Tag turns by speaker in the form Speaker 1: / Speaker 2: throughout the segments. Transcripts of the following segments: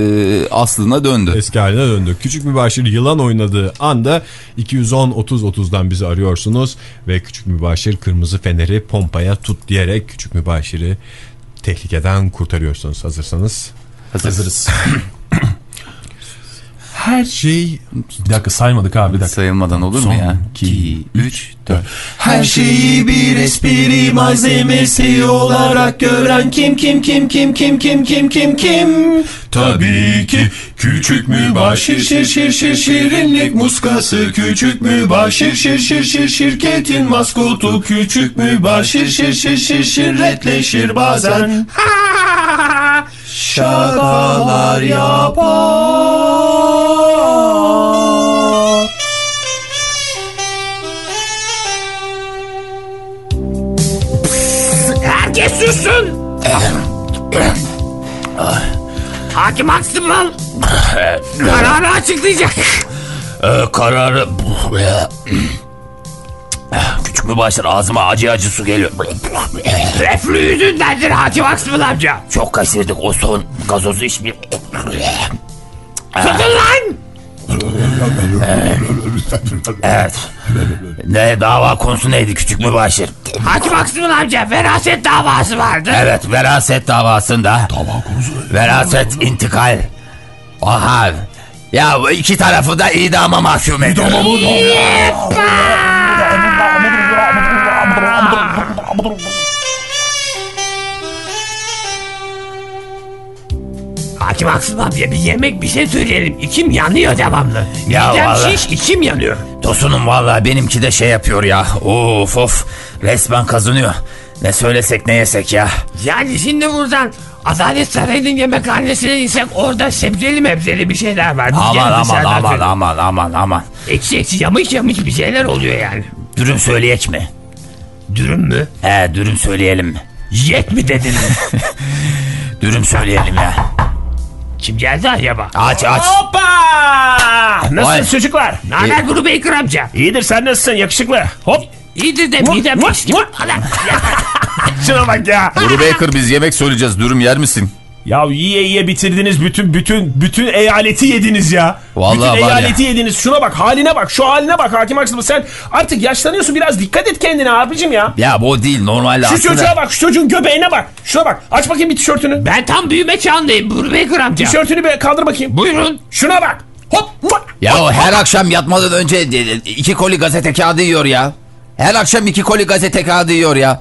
Speaker 1: e, aslına döndü.
Speaker 2: Eski haline döndü. Küçük Mübaşir yılan oynadığı anda 210-30-30'dan bizi arıyorsunuz ve Küçük Mübaşir kırmızı feneri pompaya tut diyerek Küçük Mübaşir'i tehlikeden kurtarıyorsunuz. Hazırsanız
Speaker 3: Hazırız. Her şey... Bir dakika saymadık abi bir dakika.
Speaker 1: Sayılmadan olur mu
Speaker 3: Son
Speaker 1: ya?
Speaker 3: iki,
Speaker 1: 2, 3, 4.
Speaker 3: Her şeyi bir espri malzemesi olarak gören kim kim kim kim kim kim kim kim kim Tabii ki küçük mübaşir şir şir şir şirinlik muskası küçük mübaşir şir şir şir şirketin maskotu küçük mübaşir şir şir şir şirretleşir bazen şakalar yapar
Speaker 4: Herkes sussun. Hakim Aksımlan kararı açıklayacak.
Speaker 5: Ee, kararı... Küçük mübaşir ağzıma acı acı su geliyor.
Speaker 4: Reflü yüzündendir Hakim Aksımlan amca.
Speaker 5: Çok kaçırdık o son gazozu içmeye.
Speaker 4: Tutun lan.
Speaker 5: Evet. Ne dava konusu neydi küçük mübaşir?
Speaker 4: Hakim Aksımlan amca veraset davası vardı.
Speaker 5: Evet veraset davasında. Dava konusu Veraset intikal. Aha. Ya bu iki tarafı da idama mahkum ediyor.
Speaker 4: Hakim Aksımlan amca bir yemek bir şey söyleyelim. İçim yanıyor devamlı.
Speaker 5: Ya
Speaker 4: Midem
Speaker 5: vallahi.
Speaker 4: şiş içim yanıyor.
Speaker 5: Tosunum vallahi benimki de şey yapıyor ya. Of of. Resmen kazanıyor. Ne söylesek ne yesek ya.
Speaker 4: Yani şimdi buradan Adalet Sarayı'nın yemekhanesine insek orada sebzeli mebzeli bir şeyler var. Biz
Speaker 5: Aman
Speaker 4: gelin
Speaker 5: aman
Speaker 4: dışarıdan
Speaker 5: aman
Speaker 4: söyle-
Speaker 5: aman aman aman.
Speaker 4: Ekşi ekşi yamış yamış bir şeyler oluyor yani.
Speaker 5: Dürüm söyleyek mi?
Speaker 4: Dürüm mü?
Speaker 5: He dürüm söyleyelim mi?
Speaker 4: Yet mi dedin?
Speaker 5: Dürüm söyleyelim ya.
Speaker 4: Kim geldi acaba?
Speaker 5: Aç aç.
Speaker 6: Hoppa!
Speaker 5: Vay.
Speaker 6: Nasılsın çocuklar?
Speaker 4: Naber grubu Baker amca?
Speaker 6: İyidir sen nasılsın yakışıklı? Hop!
Speaker 4: İyidir de midem
Speaker 6: vur,
Speaker 4: içti.
Speaker 6: vur. Şuna bak ya.
Speaker 1: Nuri Baker biz yemek söyleyeceğiz dürüm yer misin?
Speaker 6: Ya yiye yiye bitirdiniz bütün bütün bütün eyaleti yediniz ya.
Speaker 1: Vallahi
Speaker 6: bütün
Speaker 1: var ya.
Speaker 6: eyaleti yediniz. Şuna bak haline bak şu haline bak hakim haksız sen artık yaşlanıyorsun biraz dikkat et kendine abicim ya.
Speaker 5: Ya bu değil normalde
Speaker 6: Şu
Speaker 5: aslında.
Speaker 6: çocuğa bak şu çocuğun göbeğine bak. Şuna bak aç bakayım bir tişörtünü.
Speaker 4: Ben tam büyüme çağındayım grubu Baker amca.
Speaker 6: Tişörtünü bir kaldır bakayım.
Speaker 4: Buyurun.
Speaker 6: Şuna bak. Hop. mua.
Speaker 5: Ya o her akşam yatmadan önce e, iki koli gazete kağıdı yiyor ya. Her akşam iki koli gazete kağıdı yiyor ya.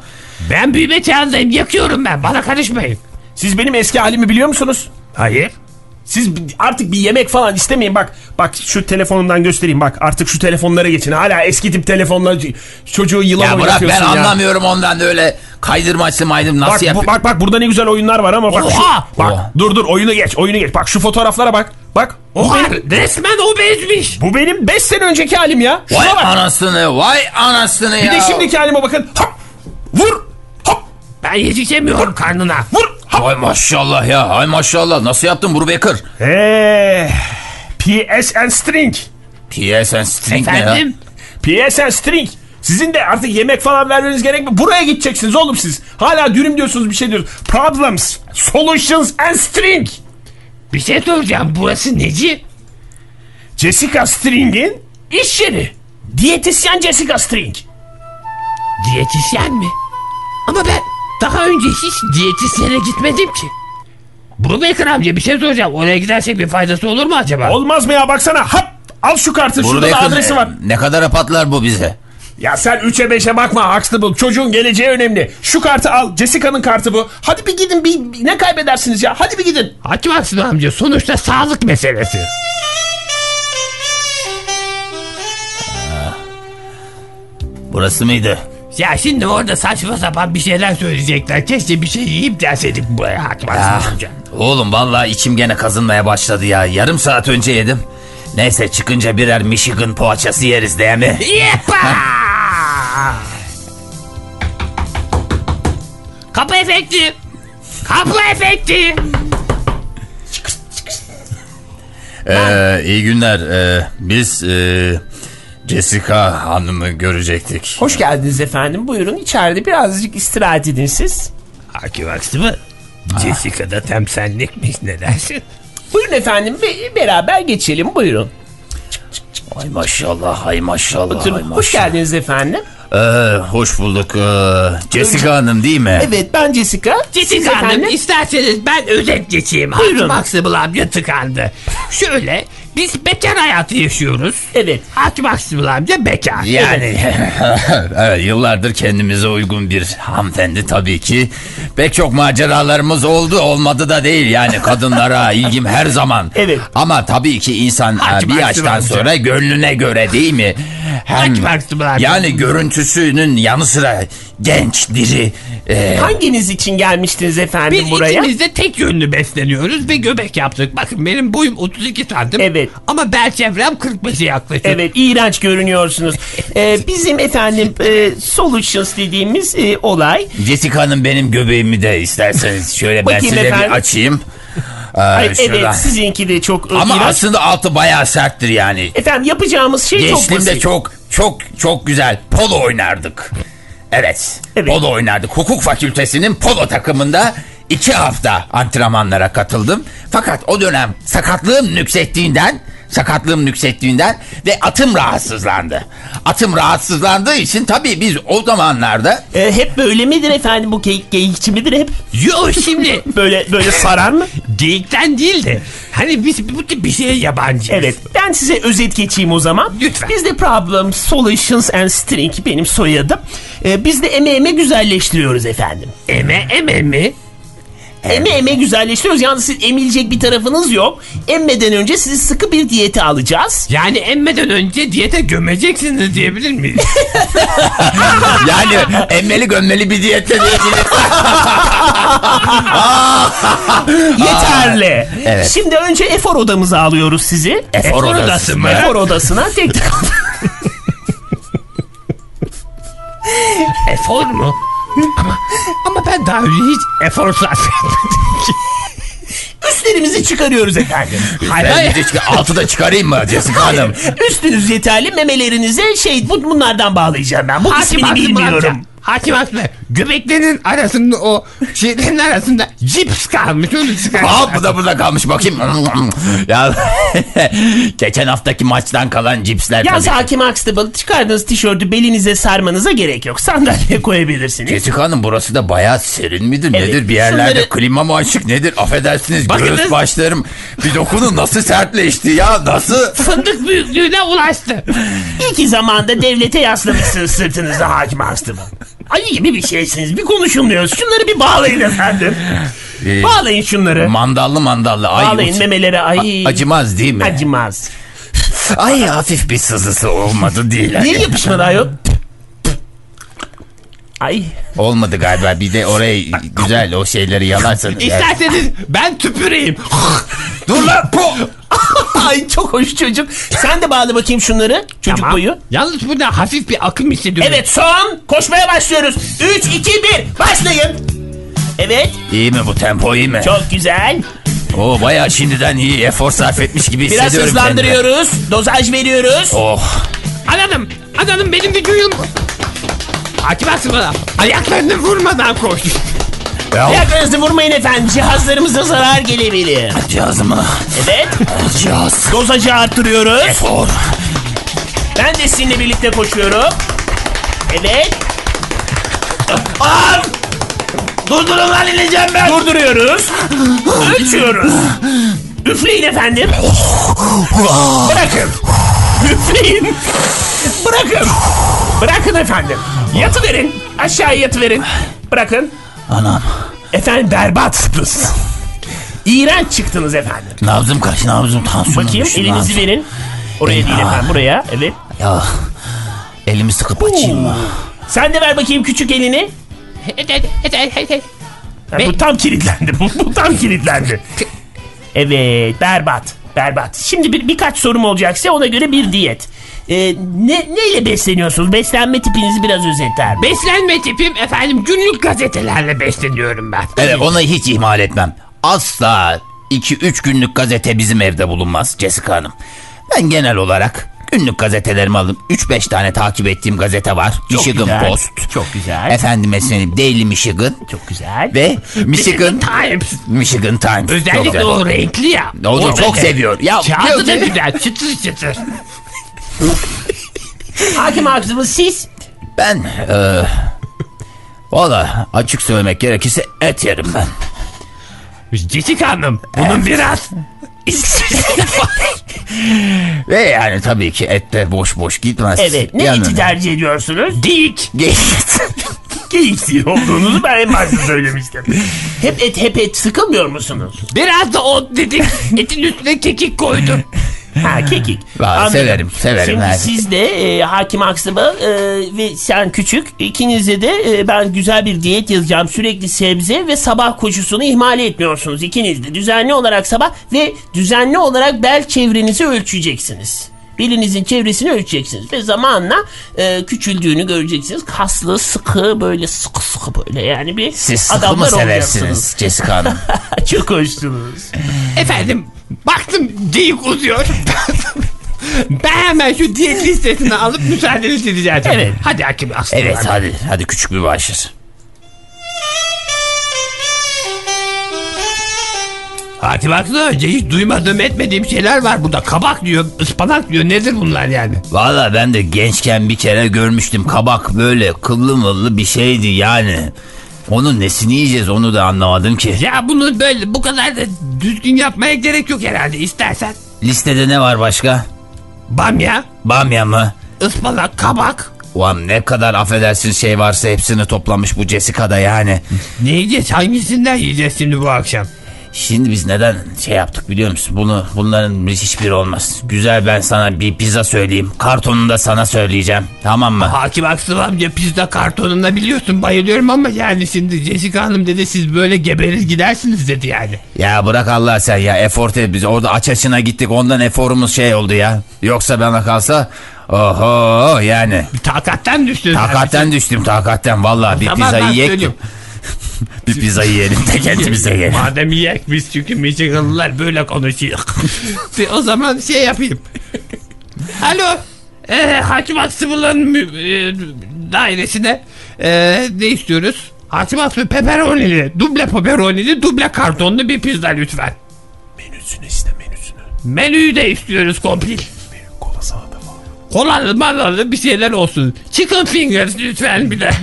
Speaker 4: Ben büyüme çağındayım yakıyorum ben bana karışmayın.
Speaker 6: Siz benim eski halimi biliyor musunuz?
Speaker 4: Hayır.
Speaker 6: Siz bi- artık bir yemek falan istemeyin bak. Bak şu telefonumdan göstereyim bak. Artık şu telefonlara geçin. Hala eski tip telefonlar çocuğu yılan
Speaker 5: Ya bırak ben
Speaker 6: oynatıyorsun ya.
Speaker 5: anlamıyorum ondan öyle kaydırmaçlı maydım nasıl
Speaker 6: Bak,
Speaker 5: yapıyor.
Speaker 6: bu- bak bak burada ne güzel oyunlar var ama bak
Speaker 4: Oha!
Speaker 6: şu, bak
Speaker 5: Oha.
Speaker 6: dur dur oyunu geç oyunu geç bak şu fotoğraflara bak bak o
Speaker 4: Var,
Speaker 6: benim
Speaker 4: resmen o bezmiş.
Speaker 6: bu benim 5 sene önceki halim ya şuna
Speaker 5: Vay
Speaker 6: bak
Speaker 5: anasını vay anasını
Speaker 6: bir
Speaker 5: ya.
Speaker 6: de şimdiki halime bakın hop vur hop
Speaker 4: Ben yetişemiyorum karnına.
Speaker 6: vur hop
Speaker 5: Ay maşallah ya ay maşallah nasıl yaptın Buru Baker?
Speaker 6: Eee, PS Eh, and string
Speaker 5: PSN string ne ya?
Speaker 4: Efendim?
Speaker 6: PS and string sizin de artık yemek falan vermeniz gerek mi? Buraya gideceksiniz oğlum siz. Hala dürüm diyorsunuz bir şey diyorsunuz. Problems, solutions and string.
Speaker 4: Bir şey soracağım burası neci?
Speaker 6: Jessica String'in
Speaker 4: İş yeri.
Speaker 6: diyetisyen Jessica String.
Speaker 4: Diyetisyen mi? Ama ben daha önce hiç diyetisyene gitmedim ki. Grubu Baker amca bir şey soracağım. Oraya gidersek bir faydası olur mu acaba?
Speaker 6: Olmaz mı ya baksana hop al şu kartı
Speaker 5: Buru
Speaker 6: şurada da
Speaker 5: Baker,
Speaker 6: adresi var.
Speaker 5: Ne kadar patlar bu bize?
Speaker 6: Ya sen 3'e 5'e bakma Huxtable çocuğun geleceği önemli. Şu kartı al Jessica'nın kartı bu. Hadi bir gidin bir, bir- ne kaybedersiniz ya hadi bir gidin.
Speaker 4: Hakim Aksın amca sonuçta sağlık meselesi.
Speaker 5: Burası mıydı?
Speaker 4: Ya şimdi orada saçma sapan bir şeyler söyleyecekler. Keşke bir şey yiyip dersedik buraya Hakim
Speaker 6: Ah.
Speaker 4: Aksın amca.
Speaker 5: Oğlum vallahi içim gene kazınmaya başladı ya. Yarım saat önce yedim. Neyse çıkınca birer Michigan poğaçası yeriz değil mi?
Speaker 4: Yepa! Kapı efekti. Kapı efekti.
Speaker 5: Ee, iyi günler. Ee, biz ee, Jessica Hanım'ı görecektik.
Speaker 6: Hoş geldiniz efendim buyurun içeride birazcık istirahat edin siz.
Speaker 4: Hakim Aksın mı? Jessica'da temsenlik mi ne dersin?
Speaker 6: Buyurun efendim be- beraber geçelim buyurun.
Speaker 5: Ay maşallah ay maşallah ay
Speaker 6: Oturun.
Speaker 5: maşallah.
Speaker 6: Hoş geldiniz efendim.
Speaker 5: Ee, hoş bulduk. Ee, Jessica Hanım değil mi?
Speaker 6: Evet ben Jessica.
Speaker 4: Jessica Hanım
Speaker 6: efendim?
Speaker 4: isterseniz ben özet geçeyim.
Speaker 6: Buyurun.
Speaker 4: Buyurun. Huxtable amca tıkandı. Şöyle biz bekar hayatı yaşıyoruz.
Speaker 6: Evet.
Speaker 4: Hakim Huxtable amca bekar.
Speaker 5: Yani evet, yıllardır kendimize uygun bir hanımefendi tabii ki. Pek çok maceralarımız oldu olmadı da değil yani kadınlara ilgim her zaman.
Speaker 6: Evet.
Speaker 5: Ama tabii ki insan e,
Speaker 4: Hacı
Speaker 5: bir
Speaker 4: Mansur
Speaker 5: yaştan
Speaker 4: amca.
Speaker 5: sonra gönlüne göre değil mi? Hem
Speaker 4: Hacı Mansur amca.
Speaker 5: yani görüntüsünün yanı sıra genç diri e,
Speaker 6: Ee, Hanginiz için gelmiştiniz efendim
Speaker 4: Biz
Speaker 6: buraya?
Speaker 4: ikimiz de tek yönlü besleniyoruz ve göbek yaptık. Bakın benim boyum 32 santim.
Speaker 6: Evet.
Speaker 4: Ama bel çevrem 45'e yaklaşıyor.
Speaker 6: Evet iğrenç görünüyorsunuz. Ee, bizim efendim e, solutions dediğimiz e, olay.
Speaker 5: Jessica'nın benim göbeğimi de isterseniz şöyle ben
Speaker 6: Bakayım
Speaker 5: size
Speaker 6: efendim.
Speaker 5: bir açayım. Ee,
Speaker 6: Ay,
Speaker 5: şuradan.
Speaker 6: evet sizinki de çok e,
Speaker 5: Ama
Speaker 6: iğrenç.
Speaker 5: aslında altı bayağı serttir yani.
Speaker 6: Efendim yapacağımız şey çok basit.
Speaker 5: Gençliğimde çok çok çok güzel polo oynardık. Evet,
Speaker 6: Evet.
Speaker 5: polo oynardık. Hukuk fakültesinin polo takımında iki hafta antrenmanlara katıldım. Fakat o dönem sakatlığım nüksettiğinden sakatlığım nüksettiğinden ve atım rahatsızlandı. Atım rahatsızlandığı için tabii biz o zamanlarda
Speaker 6: E, hep böyle midir efendim bu geyik, geyikçi midir hep?
Speaker 4: Yo şimdi
Speaker 6: Böyle böyle saran mı?
Speaker 4: geyikten değil de hani biz bu tip bir şeye yabancıyız.
Speaker 6: Evet ben size özet geçeyim o zaman.
Speaker 4: Lütfen.
Speaker 6: Bizde Problem Solutions and String benim soyadım. Ee, biz de eme eme güzelleştiriyoruz efendim.
Speaker 4: Eme eme mi?
Speaker 6: Eme eme güzelleştiriyoruz. Yalnız siz emilecek bir tarafınız yok. Emmeden önce sizi sıkı bir diyete alacağız.
Speaker 4: Yani emmeden önce diyete gömeceksiniz diyebilir miyiz?
Speaker 5: yani emmeli gömmeli bir diyette değildiniz.
Speaker 6: Yeterli.
Speaker 5: evet.
Speaker 6: Şimdi önce efor odamıza alıyoruz sizi.
Speaker 5: Efor odası mı?
Speaker 6: Efor odasına tek tek
Speaker 4: Efor mu? ama, ama ben daha önce hiç efor sarf etmedim ki.
Speaker 6: üstlerimizi çıkarıyoruz efendim.
Speaker 4: Hayır,
Speaker 5: Ben
Speaker 4: hayır.
Speaker 5: bir de çık- altı da çıkarayım mı Jessica Hanım?
Speaker 6: Üstünüz yeterli memelerinize şey bu- bunlardan bağlayacağım ben. Bu
Speaker 4: Hakim
Speaker 6: ismini
Speaker 4: Hakim
Speaker 6: bilmiyorum.
Speaker 4: amca, Hakim Hakim göbeklerin arasında o şeylerin arasında cips kalmış onu çıkar.
Speaker 5: Aa bu da burada kalmış bakayım. ya geçen haftaki maçtan kalan cipsler
Speaker 6: Yaz
Speaker 5: tabii.
Speaker 6: Hakim Huxtable çıkardığınız tişörtü belinize sarmanıza gerek yok. Sandalyeye koyabilirsiniz.
Speaker 5: Jessica Hanım burası da bayağı serin midir
Speaker 6: Evet,
Speaker 5: nedir bir yerlerde
Speaker 6: şunları-
Speaker 5: klima mı açık nedir affedersiniz
Speaker 4: Bakınız.
Speaker 5: göğüs başlarım bir dokunun nasıl sertleşti ya nasıl
Speaker 4: Fındık büyüklüğüne ulaştı.
Speaker 6: İyi ki zamanda devlete yaslamışsınız sırtınızı Hakim Huxtable. Ayı gibi bir şeysiniz. Bir konuşulmuyoruz. Şunları bir bağlayın efendim.
Speaker 5: Ee,
Speaker 6: Bağlayın şunları.
Speaker 5: mandallı mandallı ay,
Speaker 6: Bağlayın
Speaker 5: uç-
Speaker 6: memelere. Ay.
Speaker 5: acımaz değil mi
Speaker 6: Acımaz.
Speaker 5: ay hafif bir sızısı olmadı değil
Speaker 6: Niye yapışmadı ayol? Ay.
Speaker 5: olmadı galiba bir de oraya güzel o şeyleri yalarsanız
Speaker 4: İsterseniz ben tüpüreyim.
Speaker 5: dur lan po
Speaker 6: Ay çok hoş çocuk. Sen de bağla bakayım şunları. Çocuk
Speaker 4: Tamam.
Speaker 6: boyu.
Speaker 4: Yalnız burada hafif bir akım hissediyorum.
Speaker 6: Evet son koşmaya başlıyoruz. 3, 2, 1 başlayın. Evet
Speaker 5: iyi mi bu tempo iyi mi
Speaker 6: çok güzel.
Speaker 5: Oo bayağı şimdiden iyi efor sarf etmiş gibi hissediyorum
Speaker 6: Biraz hızlandırıyoruz. Dozaj veriyoruz.
Speaker 5: kendimi. Oh.
Speaker 4: Anladım. Anladım benim vücudum. Hakim Asım'a ayaklarını vurmadan koş.
Speaker 5: Ya
Speaker 6: Ayaklarınızı vurmayın efendim. Cihazlarımıza zarar gelebilir.
Speaker 5: cihazımı.
Speaker 6: Evet. Eh,
Speaker 5: Cihaz.
Speaker 6: Dozajı arttırıyoruz.
Speaker 5: Efor.
Speaker 6: Ben de sizinle birlikte koşuyorum. Evet. Am! Ah! Durdurun lan ineceğim ben. Ah. Durduruyoruz. Ölçüyoruz. Üfleyin efendim. Bırakın. Üfleyin. Bırakın. Bırakın efendim. Yatıverin. Aşağıya yatıverin. Bırakın.
Speaker 5: Anam.
Speaker 6: Efendim berbatsınız. İğrenç çıktınız efendim.
Speaker 5: Nabzım kaç nabzım tansiyonum.
Speaker 6: Bakayım
Speaker 5: düştü,
Speaker 6: elinizi
Speaker 5: nabzım.
Speaker 6: verin. Oraya değil efendim buraya. Evet.
Speaker 5: Ya. Elimi sıkıp açayım mı?
Speaker 6: Sen de ver bakayım küçük elini. Ha, bu tam kilitlendi. Bu, bu tam kilitlendi. Evet berbat. Berbat. Şimdi bir, birkaç sorum olacak size ona göre bir diyet. Ee, ne, neyle besleniyorsunuz? Beslenme tipinizi biraz özetler. mi?
Speaker 4: Beslenme tipim efendim günlük gazetelerle besleniyorum ben.
Speaker 5: Evet onu hiç ihmal etmem. Asla 2-3 günlük gazete bizim evde bulunmaz Jessica Hanım. Ben genel olarak Günlük gazetelerimi aldım. 3-5 tane takip ettiğim gazete var. Michigan
Speaker 6: güzel.
Speaker 5: Post.
Speaker 6: Çok güzel.
Speaker 5: Efendime söyleyeyim Daily Michigan.
Speaker 6: Çok güzel.
Speaker 5: Ve Michigan,
Speaker 4: Times.
Speaker 5: Michigan Times. Çok
Speaker 4: Özellikle
Speaker 5: güzel.
Speaker 4: o renkli ya.
Speaker 5: Ne oldu? çok seviyor. Ya
Speaker 4: Kağıdı da
Speaker 5: diyor ki,
Speaker 4: güzel çıtır çıtır.
Speaker 6: Hakim haksızımız siz.
Speaker 5: ben e, valla açık söylemek gerekirse et yerim ben.
Speaker 4: Cicik Hanım bunun biraz
Speaker 5: Ve yani tabii ki et de boş boş gitmez.
Speaker 6: Evet. Ne
Speaker 5: Yanına-
Speaker 6: eti tercih ediyorsunuz?
Speaker 4: dik.
Speaker 5: Geyik.
Speaker 6: Geyiksi olduğunuzu ben en başta söylemiştim. hep et hep et sıkılmıyor musunuz?
Speaker 4: Biraz da ot dedik. Etin üstüne kekik koydum.
Speaker 6: Ha kekik.
Speaker 5: Vallahi
Speaker 6: Anladım.
Speaker 5: severim, severim.
Speaker 6: Şimdi
Speaker 5: her-
Speaker 6: siz de e, Hakim Aksaba e, ve sen küçük ikinize de e, ben güzel bir diyet yazacağım. Sürekli sebze ve sabah koşusunu ihmal etmiyorsunuz ikiniz de. Düzenli olarak sabah ve düzenli olarak bel çevrenizi ölçeceksiniz. Belinizin çevresini ölçeceksiniz ve zamanla e, küçüldüğünü göreceksiniz. Kaslı, sıkı böyle sıkı sıkı böyle yani bir
Speaker 5: Siz sıkı mı
Speaker 6: adamlar
Speaker 5: seversiniz Jessica Hanım?
Speaker 6: olacaksınız. Çok hoşsunuz.
Speaker 4: Efendim baktım dik uzuyor. ben hemen şu diyet listesini alıp müsaadenizi rica edeceğim.
Speaker 6: Evet.
Speaker 4: Hadi hakim aslında.
Speaker 5: evet hadi hadi küçük bir başır.
Speaker 4: Hakim Aksu'dan önce hiç duymadığım etmediğim şeyler var burada. Kabak diyor, ıspanak diyor. Nedir bunlar yani?
Speaker 5: Valla ben de gençken bir kere görmüştüm kabak böyle kıllı mıllı bir şeydi yani. Onun nesini yiyeceğiz onu da anlamadım ki.
Speaker 4: Ya bunu böyle bu kadar da düzgün yapmaya gerek yok herhalde. İstersen
Speaker 5: Listede ne var başka?
Speaker 4: bamya,
Speaker 5: Bamya mı?
Speaker 4: ıspanak, kabak.
Speaker 5: Ulan ne kadar affedersin şey varsa hepsini toplamış bu Jessica da yani.
Speaker 4: Ne yiyeceğiz? Hangisinden yiyeceğiz şimdi bu akşam?
Speaker 5: Şimdi biz neden şey yaptık biliyor musun? Bunu, bunların hiçbiri olmaz. Güzel ben sana bir pizza söyleyeyim. Kartonunu da sana söyleyeceğim. Tamam mı?
Speaker 4: Hakim Aksu amca pizza kartonuna biliyorsun bayılıyorum ama yani şimdi Jessica Hanım dedi siz böyle geberir gidersiniz dedi yani.
Speaker 5: Ya bırak Allah sen ya efor et biz orada aç açına gittik ondan eforumuz şey oldu ya. Yoksa bana kalsa oho yani
Speaker 4: Bir takattan düştünüz.
Speaker 5: takatten düştüm takatten vallahi bir
Speaker 4: Tamam,
Speaker 5: pizza
Speaker 4: ben
Speaker 5: yiyek
Speaker 4: söylüyorum.
Speaker 5: bir pizza yiyelim de kendimize yiyelim.
Speaker 4: Madem yiyek biz çünkü Michiganlılar böyle konuşuyor. Bir o zaman şey yapayım. Alo. Ee, Hakim Aksıbıl'ın mü- e, dairesine ee, ne istiyoruz? Hakim Aksıbıl peperonili, duble peperonili, duble kartonlu bir pizza lütfen.
Speaker 3: Menüsünü iste menüsünü.
Speaker 4: Menüyü de istiyoruz komple.
Speaker 3: Kola salata falan.
Speaker 4: Kolalı malalı bir şeyler olsun. Chicken fingers lütfen bir de.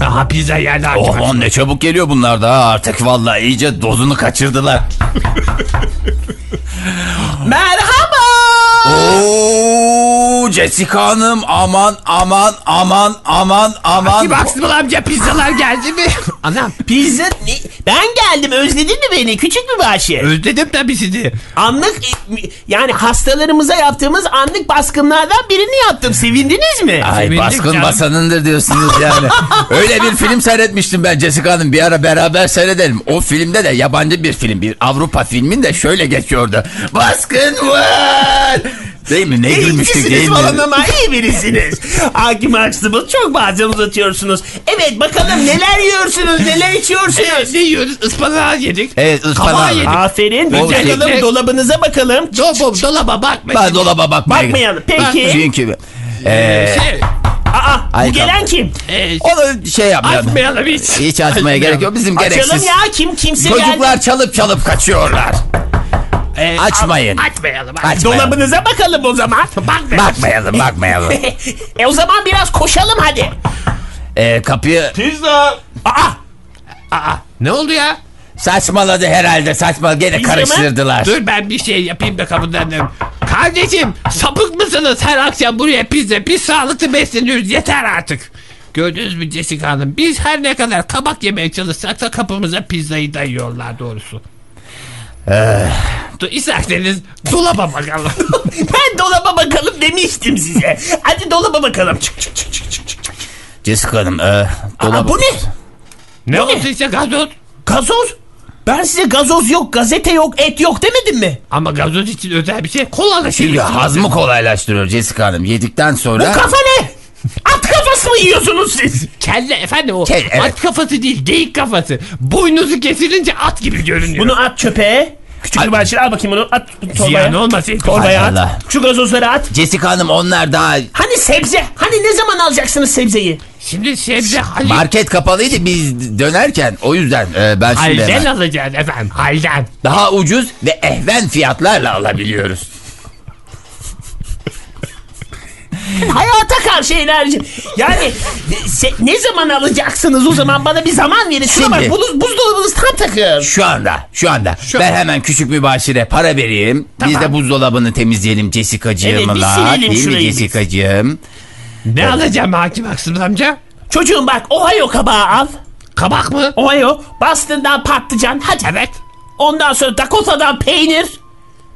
Speaker 4: oh. Aha pizza geldi Hakim Aksıbıl.
Speaker 5: Aman oh, ne çabuk geliyor bunlar da ha artık vallahi iyice dozunu kaçırdılar.
Speaker 6: Merhaba.
Speaker 5: Oo Jessica Hanım aman aman aman aman aman.
Speaker 4: Hakim Aksıbıl amca pizzalar geldi mi? Anam
Speaker 6: Pizza ne? Ben geldim özledin mi beni küçük bir başı?
Speaker 4: özledim tabii sizi.
Speaker 6: Anlık e, mi- yani hastalarımıza yaptığımız anlık baskınlardan birini yaptım. Sevindiniz mi?
Speaker 5: Ay
Speaker 4: Sevindik
Speaker 5: baskın
Speaker 4: canım.
Speaker 5: basanındır diyorsunuz yani. Öyle bir film seyretmiştim ben Jessica Hanım. Bir ara beraber seyredelim. O filmde de yabancı bir film. Bir Avrupa filmin de şöyle geçiyordu. Baskın var. Değil mi? Ne gülmüştük
Speaker 6: İncisiniz
Speaker 5: değil mi?
Speaker 6: E, falan ama iyi birisiniz. Hakim Huxtable çok bazen uzatıyorsunuz. Evet bakalım neler yiyorsunuz neler içiyorsunuz.
Speaker 4: Ne yiyoruz? Ispanağı yedik.
Speaker 5: Evet
Speaker 4: Kabağı
Speaker 5: ıspanağı.
Speaker 4: yedik.
Speaker 6: Aferin bir
Speaker 5: Olsun.
Speaker 6: bakalım dolabınıza bakalım.
Speaker 4: Dolabım dolaba bakma.
Speaker 5: Ben dolaba bakmaya
Speaker 6: Bakmayalım
Speaker 5: gidiyorum.
Speaker 6: peki.
Speaker 5: Çünkü ee,
Speaker 4: Şey,
Speaker 6: Aa
Speaker 5: Ay,
Speaker 6: bu gelen
Speaker 5: tamam.
Speaker 6: kim?
Speaker 4: e,
Speaker 5: onu şey yapmayalım.
Speaker 4: açmayalım hiç.
Speaker 5: Hiç açmaya gerek yok. Bizim
Speaker 6: Açalım
Speaker 5: gereksiz.
Speaker 6: ya kim kimse geldi.
Speaker 5: Çocuklar çalıp çalıp kaçıyorlar.
Speaker 4: E,
Speaker 5: Açmayın.
Speaker 4: Açmayalım.
Speaker 5: Aç.
Speaker 6: Dolabınıza bakalım o zaman.
Speaker 4: Bak be.
Speaker 5: Bakmayalım bakmayalım.
Speaker 6: e o zaman biraz koşalım hadi.
Speaker 5: Ee, kapıyı
Speaker 4: Ne oldu ya?
Speaker 5: saçmaladı herhalde saçmal gene
Speaker 6: Bizim mi?
Speaker 5: karıştırdılar.
Speaker 4: Dur ben bir şey yapayım da kapıdan dön. Kardeşim sapık mısınız? Her akşam buraya pizza. Biz sağlıklı besleniyoruz. Yeter artık. Gördünüz mü Jessica Hanım? Biz her ne kadar kabak yemeye çalışsak da kapımıza pizzayı dayıyorlar doğrusu. Dur, İsterseniz dolaba bakalım.
Speaker 6: Ben dolaba bakalım demiştim size. Hadi dolaba bakalım. Çık çık çık çık çık. çık.
Speaker 5: Jessica Hanım e, dolabı-
Speaker 6: Aa, bu ne?
Speaker 4: ne olduysa gazoz.
Speaker 6: Gazoz. Ben size gazoz yok, gazete yok, et yok demedim mi?
Speaker 4: Ama gazoz için özel bir şey. Kolalı şey.
Speaker 5: Şimdi hazmı kolaylaştırıyor Jessica Hanım. Yedikten
Speaker 6: Bu
Speaker 5: sonra
Speaker 6: kafa ne? At kafası mı yiyorsunuz siz?
Speaker 4: Kelle efendim o.
Speaker 5: Kelle, evet.
Speaker 4: At kafası değil. Geyik kafası. Boynuzu kesilince at gibi görünüyor.
Speaker 6: Bunu at çöpe. Küçük bir başlığı al bakayım bunu at
Speaker 4: Ziyan
Speaker 6: torbaya.
Speaker 4: olmasın.
Speaker 6: Torbaya
Speaker 5: Hay Allah.
Speaker 6: at. Şu gazozları at.
Speaker 5: Jessica Hanım onlar daha
Speaker 6: Hani sebze? Hani ne zaman alacaksınız sebzeyi?
Speaker 4: Şimdi sebze halil.
Speaker 5: market kapalıydı biz dönerken o yüzden e, ben şimdi
Speaker 4: Halden
Speaker 5: hemen
Speaker 4: alacaksın efendim halden.
Speaker 5: daha ucuz ve ehven fiyatlarla alabiliyoruz.
Speaker 6: Hani Hayata karşı enerji. Yani e, se- ne zaman alacaksınız o zaman bana bir zaman verin. Şuna bak
Speaker 5: Şimdi.
Speaker 6: buz, buzdolabınız tam takır.
Speaker 5: Şu anda, şu anda. ben hemen küçük mübaşire para vereyim. Biz de buzdolabını temizleyelim Jessica'cığım.
Speaker 6: Evet, bir
Speaker 5: la.
Speaker 6: silelim
Speaker 5: Değil mi
Speaker 6: şurayı biz.
Speaker 5: Jessica'cığım?
Speaker 4: Ne alacağım hakim haksız amca?
Speaker 6: Çocuğum bak Ohio kabağı al.
Speaker 4: Kabak mı?
Speaker 6: Ohio, Boston'dan patlıcan. Hadi.
Speaker 4: Evet.
Speaker 6: Ondan sonra Dakota'dan peynir.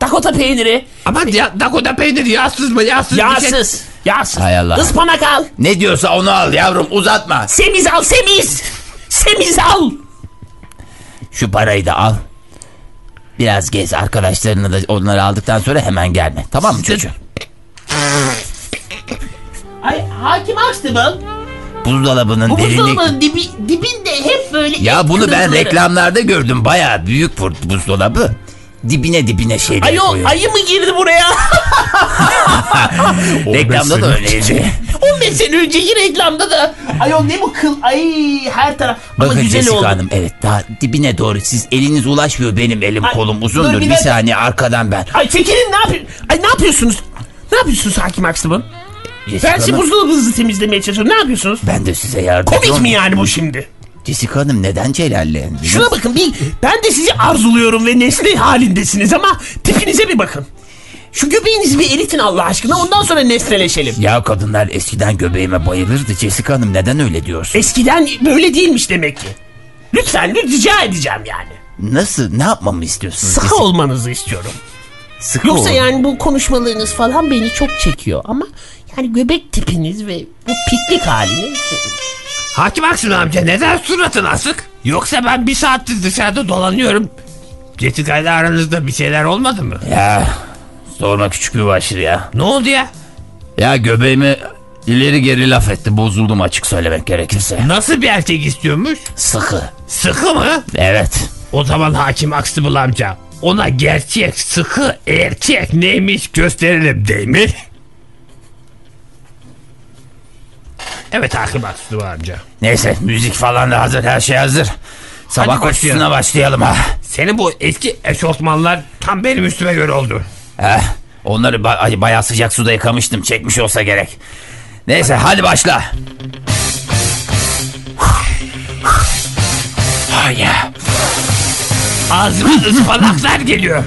Speaker 6: Dakota peyniri.
Speaker 4: Aman ya, Dakota peyniri yağsız mı yağsız Bir şey.
Speaker 6: Yağsız. Yağsız.
Speaker 5: Hay Allah.
Speaker 6: Ispanak al.
Speaker 5: Ne diyorsa onu al yavrum uzatma.
Speaker 6: Semiz al semiz. Semiz al.
Speaker 5: Şu parayı da al. Biraz gez arkadaşlarını da onları aldıktan sonra hemen gelme. Tamam mı çocuğum?
Speaker 6: Ay hakim Huxtable.
Speaker 5: Buzdolabının
Speaker 6: Bu
Speaker 5: derini...
Speaker 6: buzdolabının dibi, dibinde hep böyle
Speaker 5: Ya
Speaker 6: et
Speaker 5: bunu ben
Speaker 6: kırıntıları.
Speaker 5: reklamlarda gördüm. Bayağı büyük bu- buzdolabı. Dibine dibine şeyler
Speaker 6: Ayol
Speaker 5: koyuyor.
Speaker 6: ayı mı girdi buraya?
Speaker 5: Reklamda da öyleydi.
Speaker 6: 15 sene önceki reklamda da. Ayol ne bu kıl? Ay her taraf. Ama
Speaker 5: Bakın
Speaker 6: güzel
Speaker 5: Jessica
Speaker 6: oldu.
Speaker 5: Hanım evet daha dibine doğru siz eliniz ulaşmıyor benim elim
Speaker 6: Ay,
Speaker 5: kolum
Speaker 6: dur
Speaker 5: uzundur
Speaker 6: bir
Speaker 5: bir,
Speaker 6: dakika.
Speaker 5: saniye arkadan ben.
Speaker 6: Ay çekilin ne yapıyorsun? Ay ne yapıyorsunuz? Ne yapıyorsunuz hakim Huxtable?
Speaker 5: Jessica
Speaker 6: Ben şimdi
Speaker 5: Hanım,
Speaker 6: buzdolabınızı temizlemeye çalışıyorum. Ne yapıyorsunuz?
Speaker 5: ben de size yardım
Speaker 6: Komik
Speaker 5: ediyorum.
Speaker 6: mi yani bu şimdi?
Speaker 5: Jessica Hanım neden celallendiniz?
Speaker 6: Şuna bakın bir ben de sizi arzuluyorum ve nesli halindesiniz ama tipinize bir bakın. Şu göbeğinizi bir eritin Allah aşkına ondan sonra nesneleşelim.
Speaker 5: Ya kadınlar eskiden göbeğime bayılırdı Jessica Hanım neden öyle diyorsun?
Speaker 6: Eskiden böyle değilmiş demek ki. Lütfen lütfen rica edeceğim yani.
Speaker 5: Nasıl ne yapmamı istiyorsunuz?
Speaker 6: Sıkı
Speaker 5: Jessica?
Speaker 6: olmanızı istiyorum.
Speaker 5: Sıkı
Speaker 6: Yoksa
Speaker 5: olun.
Speaker 6: yani bu konuşmalarınız falan beni çok çekiyor ama yani göbek tipiniz ve bu piknik haliniz
Speaker 4: Hakim haksız amca neden suratın asık? Yoksa ben bir saattir dışarıda dolanıyorum. Jessica ile aranızda bir şeyler olmadı mı?
Speaker 5: Ya sorma küçük bir başır ya.
Speaker 4: Ne oldu ya?
Speaker 5: Ya göbeğimi ileri geri laf etti bozuldum açık söylemek gerekirse.
Speaker 4: Nasıl bir erkek istiyormuş?
Speaker 5: Sıkı.
Speaker 4: Sıkı mı?
Speaker 5: Evet.
Speaker 4: O zaman hakim Huxtable amca ona gerçek sıkı erkek neymiş gösterelim değil mi? Evet hakim Huxtable amca.
Speaker 5: Neyse müzik falan da hazır her şey hazır. Sabah
Speaker 4: Hadi başlayalım.
Speaker 5: koşusuna başlayalım ha.
Speaker 4: Senin bu eski eşofmanlar tam benim üstüme göre oldu.
Speaker 5: Eh, onları ba- ay, bayağı sıcak suda yıkamıştım. Çekmiş olsa gerek. Neyse hadi başla. Oh yeah.
Speaker 4: Ağzıma ıspanaklar geliyor.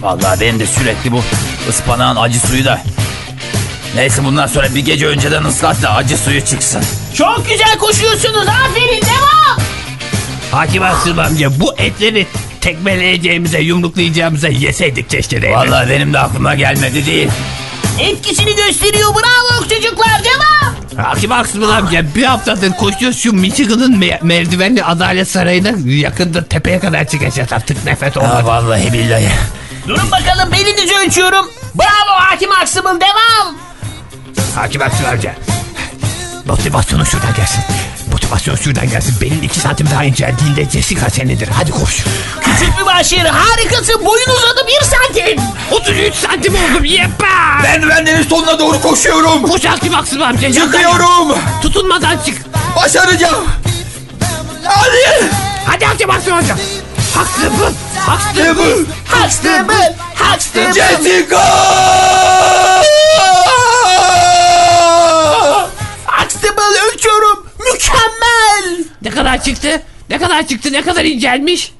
Speaker 5: Vallahi benim de sürekli bu ıspanağın acı suyu da. Neyse bundan sonra bir gece önceden ıslat da acı suyu çıksın.
Speaker 6: Çok güzel koşuyorsunuz aferin devam.
Speaker 4: Hakim Huxtable amca bu etleri tekmeleyeceğimize yumruklayacağımıza yeseydik keşke değil mi?
Speaker 5: Vallahi benim de aklıma gelmedi değil.
Speaker 6: Etkisini gösteriyor bravo çocuklar devam.
Speaker 4: Hakim Huxtable amca bir haftadır koşuyoruz şu Michigan'ın me- merdivenli adalet sarayına yakında tepeye kadar çıkacağız artık nefes
Speaker 5: Ha,
Speaker 4: olmadı.
Speaker 5: vallahi billahi.
Speaker 6: Durun bakalım belinizi ölçüyorum. Bravo hakim Aksım'ın devam.
Speaker 4: Hakim Aksu amca. Motivasyonu şuradan gelsin. Motivasyon şuradan gelsin. Benim iki santim daha inceldiğinde Jessica senindir. Hadi koş.
Speaker 6: Küçük bir başarı harikasın boyun uzadı bir santim.
Speaker 4: 33 santim oldum. Yepa!
Speaker 5: Ben bendenin sonuna doğru koşuyorum.
Speaker 4: Koş Hakim Aksu amca.
Speaker 5: Çıkıyorum.
Speaker 4: Tutunmadan çık.
Speaker 5: Başaracağım. Hadi.
Speaker 4: Hadi Hakim Aksu amca. Haklı mı? Haklı mı?
Speaker 5: Haksız.
Speaker 6: Huxtable, Huxtable.
Speaker 5: Jessica!
Speaker 6: Huxtable ölçüyorum. Mükemmel.
Speaker 4: Ne kadar çıktı? Ne kadar çıktı? Ne kadar incelmiş?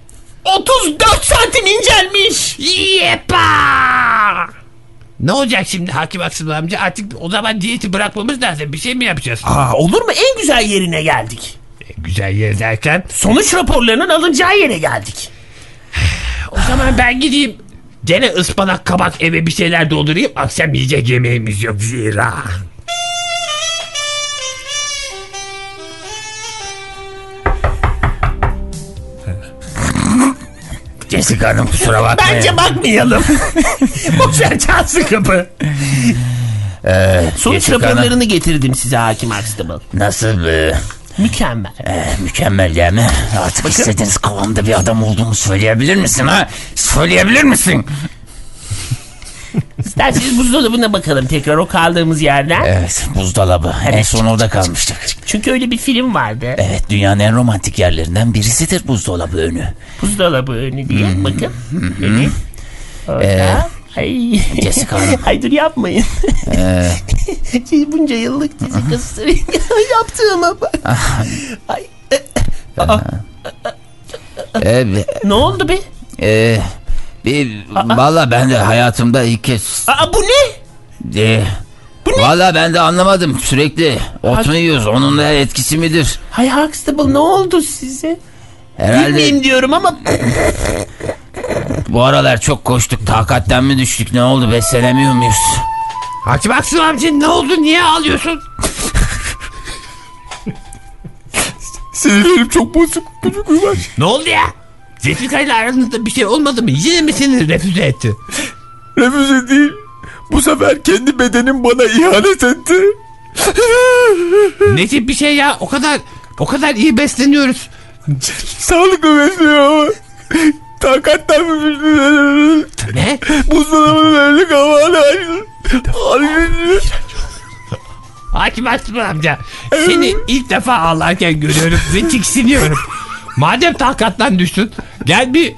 Speaker 6: 34 santim incelmiş.
Speaker 4: Yepa! Ne olacak şimdi Hakim Aksu amca? Artık o zaman diyeti bırakmamız lazım. Bir şey mi yapacağız? E,
Speaker 6: Aa, olur mu? En güzel yerine geldik.
Speaker 4: Güzel yer derken
Speaker 6: Sonuç raporlarının alınacağı yere geldik.
Speaker 4: O zaman ben gideyim. Gene ıspanak kabak eve bir şeyler doldurayım. Akşam yiyecek yemeğimiz yok zira.
Speaker 5: Jessica Hanım kusura bakmayın.
Speaker 6: Bence bakmayalım. Boşver çalsın kapı. Sonuç
Speaker 5: Jessica
Speaker 6: raporlarını getirdim size hakim Huxtable.
Speaker 5: Nasıl? e,
Speaker 6: Mükemmel.
Speaker 5: Eh, Mükemmel değil mi? Artık istediğiniz kıvamda bir adam olduğumu söyleyebilir misin ha? Söyleyebilir misin?
Speaker 6: İsterseniz buzdolabına bakalım tekrar o kaldığımız yerden.
Speaker 5: Evet buzdolabı. En son orada kalmıştık.
Speaker 6: Çünkü öyle bir film vardı.
Speaker 5: Evet dünyanın en romantik yerlerinden birisidir buzdolabı önü.
Speaker 6: Buzdolabı önü diye bakın. Evet.
Speaker 5: Ee,
Speaker 6: Orada. Ay.
Speaker 5: Jessica Hanım.
Speaker 6: Ay dur yapmayın.
Speaker 5: Ee.
Speaker 6: Şey, Bunca yıllık dizi göstereyim. Yaptığıma bak. Ay.
Speaker 5: Ee,
Speaker 6: Ne oldu be?
Speaker 5: e, bir, valla ben de hayatımda ilk kez...
Speaker 6: Aa bu ne?
Speaker 5: E, valla ben de anlamadım sürekli. Ot mu yiyoruz? Onun da etkisi midir?
Speaker 6: Hay Huxtable ne oldu size?
Speaker 5: Herhalde
Speaker 6: Bilmeyeyim diyorum ama
Speaker 5: bu aralar çok koştuk. Takatten mi düştük? Ne oldu? Beslenemiyor muyuz?
Speaker 4: Hacı Maksim amca ne oldu niye ağlıyorsun?
Speaker 1: Sinirlerim çok bozuk.
Speaker 4: Ne oldu ya? Zefika ile aranızda bir şey olmadı mı? Yine mi seni refüze etti?
Speaker 1: Refüze değil. Bu sefer kendi bedenim bana ihanet etti.
Speaker 4: Necip bir şey ya o kadar o kadar iyi besleniyoruz.
Speaker 1: Sağlıklı besliyor. Takattan mı
Speaker 4: Ne?
Speaker 1: Buzdolabının önlük havalı
Speaker 4: Hakim Asım amca seni ilk defa ağlarken görüyorum ve tiksiniyorum. Madem takattan düştün gel bir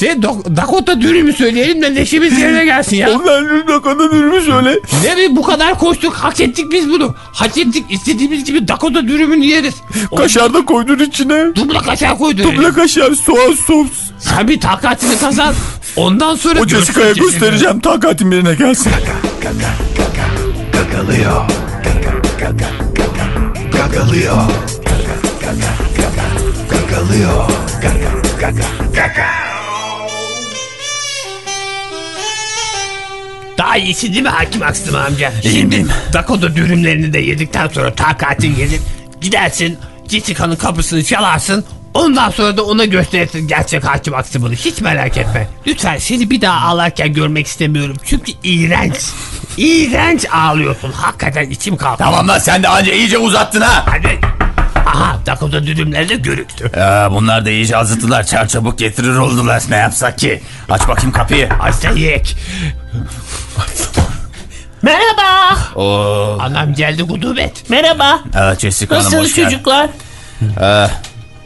Speaker 4: şey Dok- Dakota dürümü söyleyelim de neşemiz yerine gelsin ya.
Speaker 1: Ben bir dakikada durmuş öyle.
Speaker 4: Ne bir bu kadar koştuk hak ettik biz bunu. Hak ettik istediğimiz gibi Dakota dürümünü yeriz. O
Speaker 1: Kaşar da koydun içine.
Speaker 4: dubla kaşar koydu.
Speaker 1: Dubla kaşar, soğan, sos.
Speaker 4: Sen bir takatini kazan. Ondan sonra...
Speaker 1: O Jessica'ya
Speaker 4: görsün
Speaker 1: göstereceğim. Takatim birine gelsin.
Speaker 3: Gagalıyor. Gagalıyor. Gagalıyor.
Speaker 4: cesaretini. Daha iyisi değil mi Hakim Aksım amca?
Speaker 5: İyiyim, iyiyim.
Speaker 4: Dakota dürümlerini de yedikten sonra takatin gelip gidersin Jessica'nın kapısını çalarsın. Ondan sonra da ona gösterirsin gerçek Hakim Aksım'ını. Hiç merak etme. Lütfen seni bir daha ağlarken görmek istemiyorum. Çünkü iğrenç. İğrenç ağlıyorsun. Hakikaten içim kalktı.
Speaker 5: Tamam lan sen de anca iyice uzattın ha.
Speaker 4: Hadi. Aha Dakota dürümleri de görüktü.
Speaker 5: Ya, bunlar da iyice azıttılar. Çarçabuk getirir oldular. Ne yapsak ki? Aç bakayım kapıyı.
Speaker 4: Aysa yek.
Speaker 6: merhaba.
Speaker 5: Oo.
Speaker 4: Anam geldi gudubet.
Speaker 6: Merhaba.
Speaker 5: Aa, Jessica Hanım
Speaker 6: Nasılsınız
Speaker 5: hoş geldin.
Speaker 6: çocuklar?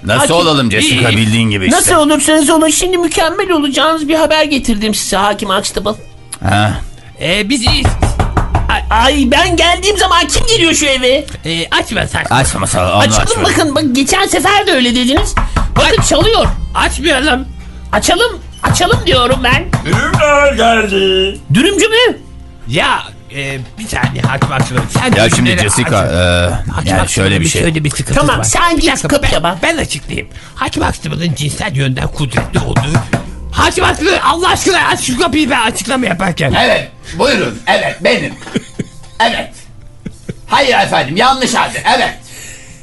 Speaker 5: Nasıl
Speaker 6: Hakim-
Speaker 5: olalım Jessica
Speaker 4: İyi.
Speaker 5: bildiğin gibi işte.
Speaker 6: Nasıl olursanız olun şimdi mükemmel olacağınız bir haber getirdim size Hakim Huxtable.
Speaker 5: Ha.
Speaker 4: Ee, biz iyiyiz.
Speaker 6: Ay, ay ben geldiğim zaman kim geliyor şu eve?
Speaker 4: Ee, açma sen.
Speaker 5: Açma sağ onu
Speaker 6: Açalım
Speaker 5: açma.
Speaker 6: bakın bak geçen sefer de öyle dediniz. Bakın çalıyor.
Speaker 4: Açmayalım.
Speaker 6: Açalım. Açalım diyorum ben. Dürümler geldi. Dürümcü mü?
Speaker 4: Ya e, bir saniye hakim açalım. Sen
Speaker 5: Ya
Speaker 4: de
Speaker 5: şimdi
Speaker 4: ürünleri
Speaker 5: Jessica
Speaker 4: aç.
Speaker 5: e,
Speaker 4: Hakim
Speaker 5: yani
Speaker 4: Huxtable'ın
Speaker 5: şöyle bir şey.
Speaker 4: Şöyle bir sıkıntı
Speaker 6: Tamam,
Speaker 4: var.
Speaker 6: sen
Speaker 4: Bir
Speaker 6: git
Speaker 4: dakika,
Speaker 6: kapıya
Speaker 4: ben-
Speaker 6: bak.
Speaker 4: Ben açıklayayım. Hakim Huxtable'ın cinsel yönden kudretli olduğu. Hakim Huxtable Allah aşkına aç şu kapıyı ben açıklama yaparken.
Speaker 5: Evet buyurun evet benim. evet. Hayır efendim yanlış halde evet.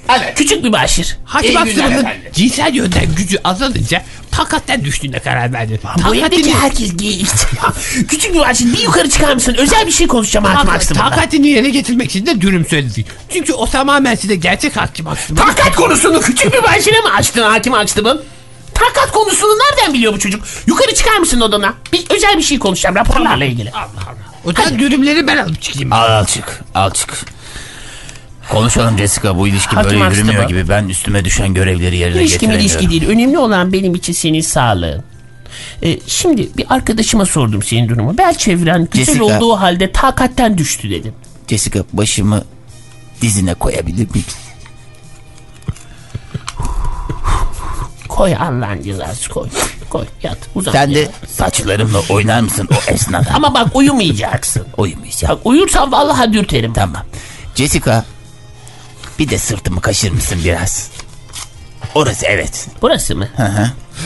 Speaker 5: Evet.
Speaker 6: Küçük bir başır.
Speaker 4: Hakim
Speaker 5: İyi günler
Speaker 4: Huxtable'ın
Speaker 5: efendim.
Speaker 4: cinsel yönden gücü azalınca takatten düştüğüne karar verdi.
Speaker 6: Bu
Speaker 4: Takatini-
Speaker 6: evdeki herkes geyik. Küçük bir başır bir yukarı çıkar mısın? Özel bir şey konuşacağım Hakim
Speaker 4: Hakim
Speaker 6: Huxtable'la.
Speaker 4: Takatini yerine getirmek için de dürüm söyledik. Çünkü o tamamen size gerçek hakim Huxtable.
Speaker 6: Takat konusunu küçük bir başına mı açtın hakim Huxtable? Takat konusunu nereden biliyor bu çocuk? Yukarı çıkar mısın odana? Bir özel bir şey konuşacağım raporlarla ilgili.
Speaker 4: O zaman dürümleri ben alıp çıkayım.
Speaker 5: Al al çık al çık. Konuşalım Jessica bu ilişki
Speaker 6: Hakim
Speaker 5: böyle yürümüyor
Speaker 6: Huxtable.
Speaker 5: gibi. Ben üstüme düşen görevleri yerine
Speaker 6: İlişki
Speaker 5: getiremiyorum.
Speaker 6: ilişki değil. Önemli olan benim için senin sağlığın. Ee, şimdi bir arkadaşıma sordum senin durumu. Bel çevren güzel
Speaker 5: Jessica.
Speaker 6: olduğu halde takatten düştü dedim.
Speaker 5: Jessica başımı dizine koyabilir miyim?
Speaker 6: Koy Allah'ın cezası koy. Koy yat uzan.
Speaker 5: Sen de
Speaker 6: yat.
Speaker 5: saçlarımla oynar mısın o esnada?
Speaker 6: Ama bak uyumayacaksın.
Speaker 5: Uyumayacağım.
Speaker 6: Bak uyursan vallahi dürterim.
Speaker 5: Tamam. Jessica bir de sırtımı kaşır mısın biraz? Orası evet.
Speaker 6: Burası mı?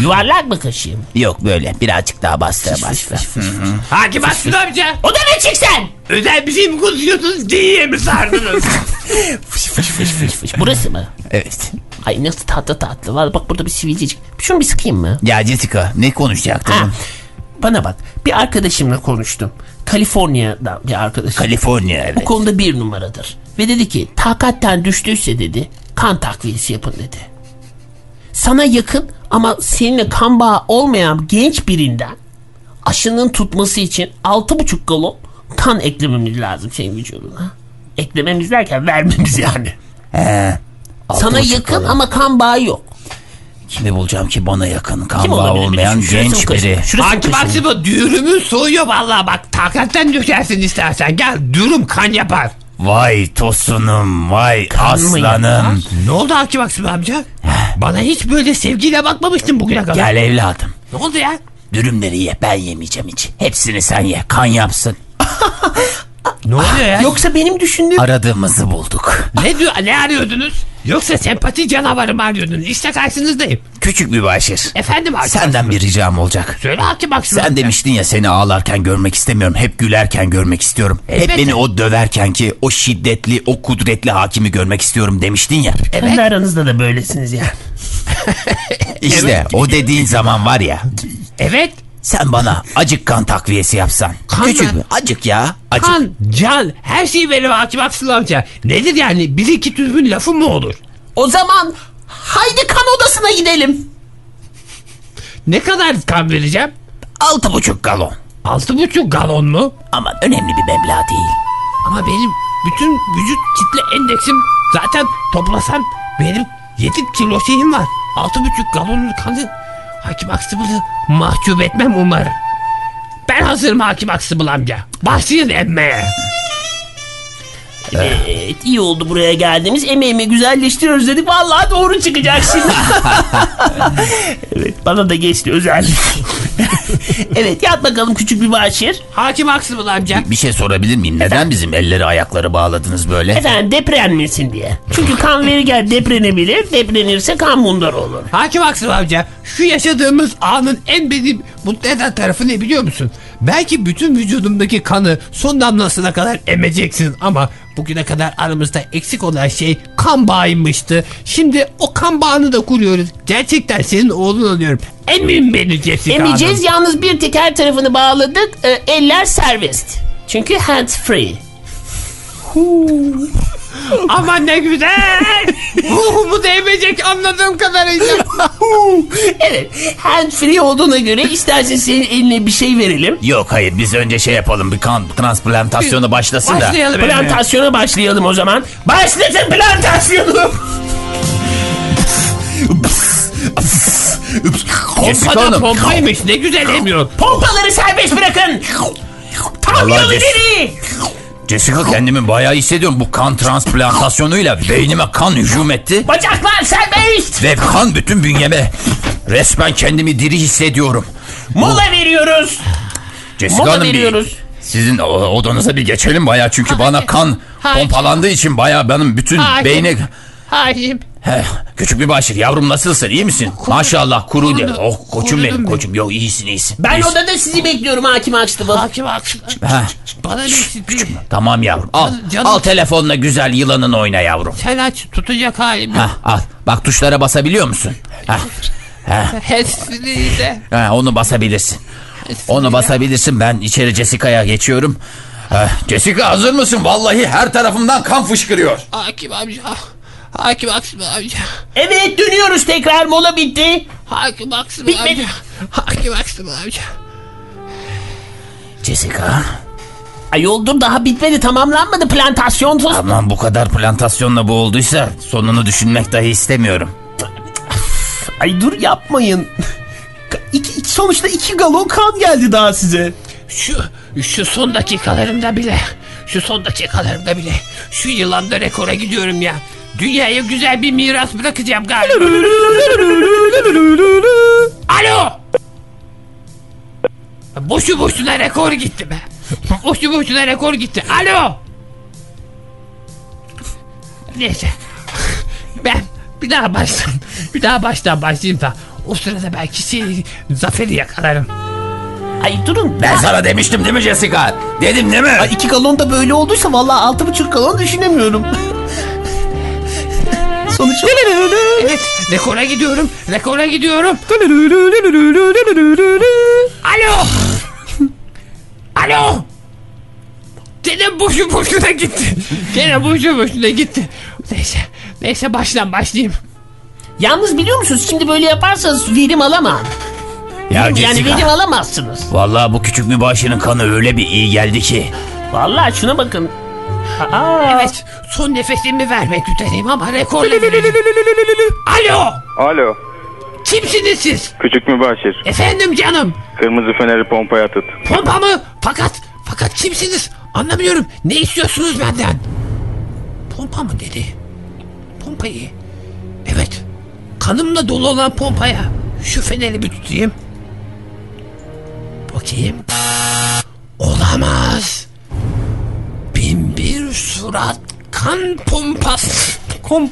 Speaker 6: Yuvarlak mı kaşıyım?
Speaker 5: Yok böyle birazcık daha bastıra bastıra.
Speaker 4: Hakim Aslı amca
Speaker 6: O da ne çıksan?
Speaker 4: özel bir şey mi konuşuyorsunuz diye mi sardınız?
Speaker 6: Burası mı?
Speaker 5: Evet.
Speaker 6: Ay nasıl tatlı tatlı. Var bak burada bir sivilcecik. Şunu bir sıkayım mı?
Speaker 5: Ya Jessica ne
Speaker 6: Ha.
Speaker 5: konuşacaktın?
Speaker 6: Bana bak. Bir arkadaşımla konuştum. Kaliforniya'dan bir arkadaşım.
Speaker 5: Kaliforniya evet.
Speaker 6: Bu konuda bir numaradır. Ve dedi ki takatten düştüyse dedi kan takviyesi yapın dedi. Sana yakın ama seninle kan bağı olmayan genç birinden aşının tutması için 6,5 galon kan eklememiz lazım senin vücuduna. Eklememiz derken vermemiz yani.
Speaker 5: He.
Speaker 6: Sana
Speaker 5: Altı buçuk
Speaker 6: yakın
Speaker 5: falan.
Speaker 6: ama kan bağı yok.
Speaker 5: Kimi bulacağım ki bana yakın
Speaker 6: Kim
Speaker 5: kan bağı
Speaker 6: olabilir?
Speaker 5: olmayan
Speaker 6: Şurası mı
Speaker 5: genç
Speaker 6: kaçın?
Speaker 5: biri.
Speaker 6: Şurası mı
Speaker 4: Hakim
Speaker 6: kaçın?
Speaker 4: Aksimo dürümün soğuyor vallahi bak takatten düşersin istersen gel dürüm kan yapar.
Speaker 5: Vay tosunum vay
Speaker 6: mı
Speaker 5: aslanım.
Speaker 4: Ne oldu Hakim Aksimo amca? Bana hiç böyle sevgiyle bakmamıştın bugüne kadar.
Speaker 5: Gel evladım.
Speaker 4: Ne oldu ya?
Speaker 5: Dürümleri ye ben yemeyeceğim hiç. Hepsini sen ye kan yapsın.
Speaker 4: Ne oluyor ya?
Speaker 6: Yoksa benim düşündüğüm
Speaker 5: Aradığımızı bulduk.
Speaker 4: Ne, diyor, ne arıyordunuz? Yoksa sempati canavarı mı arıyordunuz? İşte karşınızdayım.
Speaker 5: Küçük mübaşir.
Speaker 4: Efendim Hakim
Speaker 5: Senden
Speaker 4: Aksimo.
Speaker 5: bir ricam olacak.
Speaker 4: Söyle Hakim Aksimo.
Speaker 5: Sen
Speaker 4: amca.
Speaker 5: demiştin ya seni ağlarken görmek istemiyorum. Hep gülerken görmek istiyorum.
Speaker 4: Elbette.
Speaker 5: Hep beni o döverken ki o şiddetli, o kudretli hakimi görmek istiyorum demiştin ya.
Speaker 6: kendi aranızda da böylesiniz yani.
Speaker 5: İşte o dediğin zaman var ya.
Speaker 4: Evet.
Speaker 5: Sen bana acık kan takviyesi yapsan.
Speaker 4: Kan
Speaker 5: Küçük
Speaker 4: mı?
Speaker 5: mü? Acık ya. Acık.
Speaker 4: Kan, can, her şey şeyi verir Hakim Aksimo amca. Nedir yani? Bir iki tüzgün lafı mı olur?
Speaker 6: O zaman haydi kan odasına gidelim.
Speaker 4: Ne kadar kan vereceğim?
Speaker 5: Altı buçuk galon.
Speaker 4: Altı buçuk galon mu?
Speaker 5: Ama önemli bir meblağ değil.
Speaker 4: Ama benim bütün vücut kitle endeksim zaten toplasam benim 7 kilo şeyim var. 6,5 galonun kanı Hakim Aksıbıl'ı mahcup etmem umarım. Ben hazırım Hakim Aksıbıl amca. Başlayın emmeye.
Speaker 6: Evet iyi oldu buraya geldiğimiz emeğimi güzelleştiriyoruz dedik. Vallahi doğru çıkacak şimdi. evet bana da geçti özellikle. evet yat bakalım küçük bir başir.
Speaker 4: Hakim Aksıbıl amca.
Speaker 5: Bir şey sorabilir miyim? Neden bizim elleri ayakları bağladınız böyle?
Speaker 6: Efendim deprenmesin diye. Çünkü kan verirken deprenebilir. Deprenirse kan bundar olur.
Speaker 4: Hakim Aksıbıl amca şu yaşadığımız anın en beni mutlu eden tarafı ne biliyor musun? Belki bütün vücudumdaki kanı son damlasına kadar emeceksin ama bugüne kadar aramızda eksik olan şey kan bağıymıştı. Şimdi o kan bağını da kuruyoruz. Gerçekten senin oğlun oluyorum. Emin beni Jessica
Speaker 6: Emeceğiz yalnız bir tek her tarafını bağladık. Ee, eller serbest. Çünkü hands free.
Speaker 4: Hanım. Aman ne güzel. Ruhumu da emecek anladığım kadarıyla.
Speaker 6: Evet hands free olduğuna göre istersen senin eline bir şey verelim.
Speaker 5: Yok hayır biz önce şey yapalım bir kan transplantasyonu başlasın da.
Speaker 4: Başlayalım Emre.
Speaker 6: Plantasyona başlayalım o zaman. Başlasın plantasyonu.
Speaker 5: Jessica
Speaker 4: Bana
Speaker 5: Hanım.
Speaker 4: pompaymış ne güzel emiyor.
Speaker 6: Pompaları serbest bırakın. Tam
Speaker 5: Allah
Speaker 6: yolu
Speaker 5: des-
Speaker 6: geri.
Speaker 5: Jessica kendimi bayağı hissediyorum. Bu kan transplantasyonuyla beynime kan hücum etti.
Speaker 6: Bacaklar serbest.
Speaker 5: Ve kan bütün bünyeme. Resmen kendimi diri hissediyorum.
Speaker 6: Mola veriyoruz.
Speaker 5: Jessica
Speaker 6: Mola
Speaker 5: Hanım bir-
Speaker 6: veriyoruz.
Speaker 5: sizin o- odanıza bir geçelim bayağı çünkü bana kan
Speaker 4: Hayır.
Speaker 5: pompalandığı için bayağı benim bütün
Speaker 4: Hayır.
Speaker 5: beyni...
Speaker 4: Hakim.
Speaker 5: Heh, küçük bir başır yavrum nasılsın iyi misin? Maşallah kuru de.
Speaker 4: kurudu.
Speaker 5: Oh koçum benim
Speaker 4: Kurudum ben.
Speaker 5: koçum. Yok iyisin iyisin.
Speaker 6: Ben
Speaker 5: iyisin.
Speaker 6: odada sizi bekliyorum hakim Akstıbıl.
Speaker 4: Hakim Aksıbıl.
Speaker 5: Ha.
Speaker 4: Bana bir sürpriz.
Speaker 5: Tamam yavrum al.
Speaker 4: Canım.
Speaker 5: Al telefonla güzel yılanın oyna yavrum.
Speaker 4: Sen aç tutacak halim yok.
Speaker 5: Hah, al. Bak tuşlara basabiliyor musun? Hah.
Speaker 4: Hepsini de.
Speaker 5: Ha, onu basabilirsin. Onu basabilirsin. Ben içeri Jessica'ya geçiyorum. Ha, Jessica hazır mısın? Vallahi her tarafımdan kan fışkırıyor.
Speaker 4: Hakim amca. Hakim Aksım amca.
Speaker 6: Evet dönüyoruz tekrar mola bitti.
Speaker 4: Hakim Aksım
Speaker 6: Bitmedi.
Speaker 4: amca. Hakim Aksım amca.
Speaker 5: Jessica,
Speaker 6: Ay oldum daha bitmedi tamamlanmadı plantasyon.
Speaker 5: aman bu kadar plantasyonla bu olduysa sonunu düşünmek dahi istemiyorum.
Speaker 6: Ay dur yapmayın. İki, iki- sonuçta iki galon kan geldi daha size.
Speaker 4: Şu, şu son dakikalarımda bile. Şu son dakikalarımda bile. Şu yılanda rekora gidiyorum ya. Dünyaya güzel bir miras bırakacağım galiba. Alo. Boşu boşuna rekor gitti be. Boşu boşuna rekor gitti. Alo. Neyse. Ben bir daha baştan, bir daha baştan başlayayım da o sırada belki şey, zaferi yakalarım.
Speaker 6: Ay durun.
Speaker 5: Ben sana demiştim değil mi Jessica? Dedim değil mi?
Speaker 6: Ay iki galon da böyle olduysa vallahi altı buçuk galon düşünemiyorum. Sonuç
Speaker 4: Evet, rekora gidiyorum, rekora gidiyorum. Alo! Alo! Dedim boşu boşuna boşuna gitti. Gene boşu boşuna gitti. Neyse. Neyse baştan başlayayım.
Speaker 6: Yalnız biliyor musunuz şimdi böyle yaparsanız verim alamam.
Speaker 5: Ya
Speaker 6: Yani
Speaker 5: Jessica.
Speaker 6: verim alamazsınız.
Speaker 5: Vallahi bu küçük mübaşirin kanı öyle bir iyi geldi ki.
Speaker 6: Vallahi şuna bakın. Aa,
Speaker 4: Evet. Son nefesimi vermek üzereyim ama rekorla veririm. Alo.
Speaker 7: Alo,
Speaker 4: Kimsiniz siz?
Speaker 7: küçük mübaşir.
Speaker 4: Efendim canım.
Speaker 7: Kırmızı feneri pompaya tut.
Speaker 4: Pompa mı? Fakat fakat kimsiniz? Anlamıyorum. Ne istiyorsunuz benden? Pompa mı dedi? Pompayı. Evet. Kanımla dolu olan pompaya. Şu feneri bir tutayım. Bakayım. Olamaz. Bin bir surat kan pompası. Kom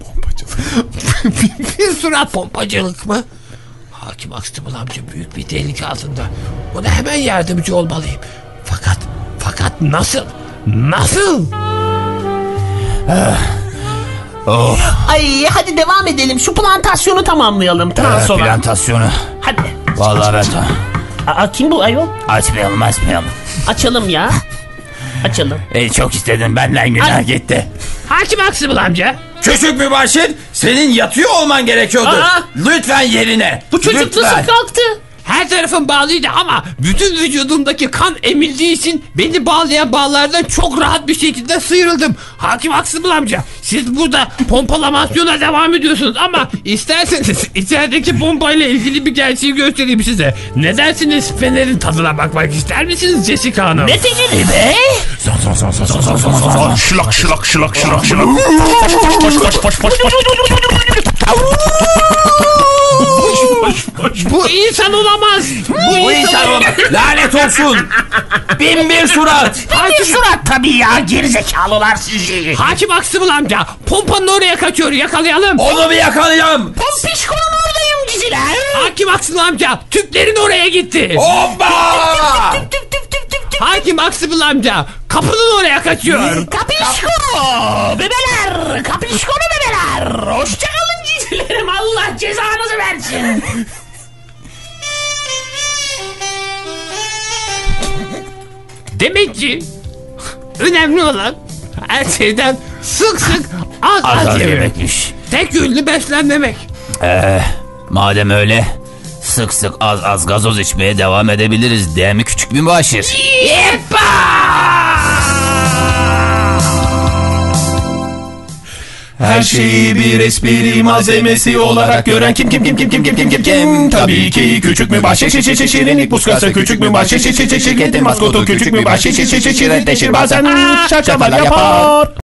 Speaker 4: pompacılık. bin bir surat pompacılık mı? Hakim Aksımıl amca büyük bir tehlike altında. Ona hemen yardımcı olmalıyım. Fakat, fakat nasıl? Nasıl?
Speaker 6: ay hadi devam edelim. Şu plantasyonu tamamlayalım. Trans olan.
Speaker 5: e, Plantasyonu.
Speaker 6: Hadi.
Speaker 5: Vallahi ben ta-
Speaker 6: Aa, kim bu ayol?
Speaker 5: Açmayalım açmayalım.
Speaker 6: Açalım ya. Açalım.
Speaker 5: E, çok istedim benden günah gitti.
Speaker 4: Hakim Aksımıl amca.
Speaker 5: Küçük mübaşir senin yatıyor olman gerekiyordu.
Speaker 6: Aa!
Speaker 5: Lütfen yerine.
Speaker 6: Bu çocuk
Speaker 5: Lütfen.
Speaker 6: nasıl kalktı?
Speaker 4: Her tarafım bağlıydı ama bütün vücudumdaki kan emildiği için beni bağlayan bağlardan çok rahat bir şekilde sıyrıldım. Hakim Aksımıl amca siz burada pompalamasyona devam ediyorsunuz ama isterseniz içerideki pompayla ilgili bir gerçeği göstereyim size. Ne dersiniz fenerin tadına bakmak ister misiniz Jessica Hanım?
Speaker 6: Ne figili be?
Speaker 3: Şılak şılak şılak şılak şılak.
Speaker 4: Bu insan olamaz.
Speaker 5: Bu insan olamaz. Lanet olsun. Bin bir surat.
Speaker 6: Bir surat tabii ya gerizekalılar sizi.
Speaker 4: Hakim Aksımıl amca pompanın oraya kaçıyor yakalayalım.
Speaker 5: Onu bir yakalayalım.
Speaker 6: Pompişkonun oradayım diziler.
Speaker 4: Hakim Aksımıl amca tüplerin oraya gitti.
Speaker 5: Hoppa.
Speaker 6: Tüp tüp tüp tüp tüp.
Speaker 4: Hakim Aksımıl amca kapının oraya kaçıyor.
Speaker 6: Kapişko bebeler. Kapişkonu bebeler. Hoşçakalın cizilerim Allah cezanızı versin.
Speaker 4: Demek ki önemli olan her şeyden sık sık az az, yemek.
Speaker 5: yemekmiş.
Speaker 4: Tek yönlü beslenmemek.
Speaker 5: Madem öyle sık sık az az gazoz içmeye devam edebiliriz değil mi küçük mübaşir?
Speaker 3: Her şeyi bir espri malzemesi olarak gören kim kim kim kim kim kim kim kim kim Tabii ki küçük mü bahşiş şi şi şi şirinlik puskası küçük mü bahşiş şi şi şi şirketin maskotu küçük mü bahşiş şi şi şi şirinleşir bazen şaşalar yapar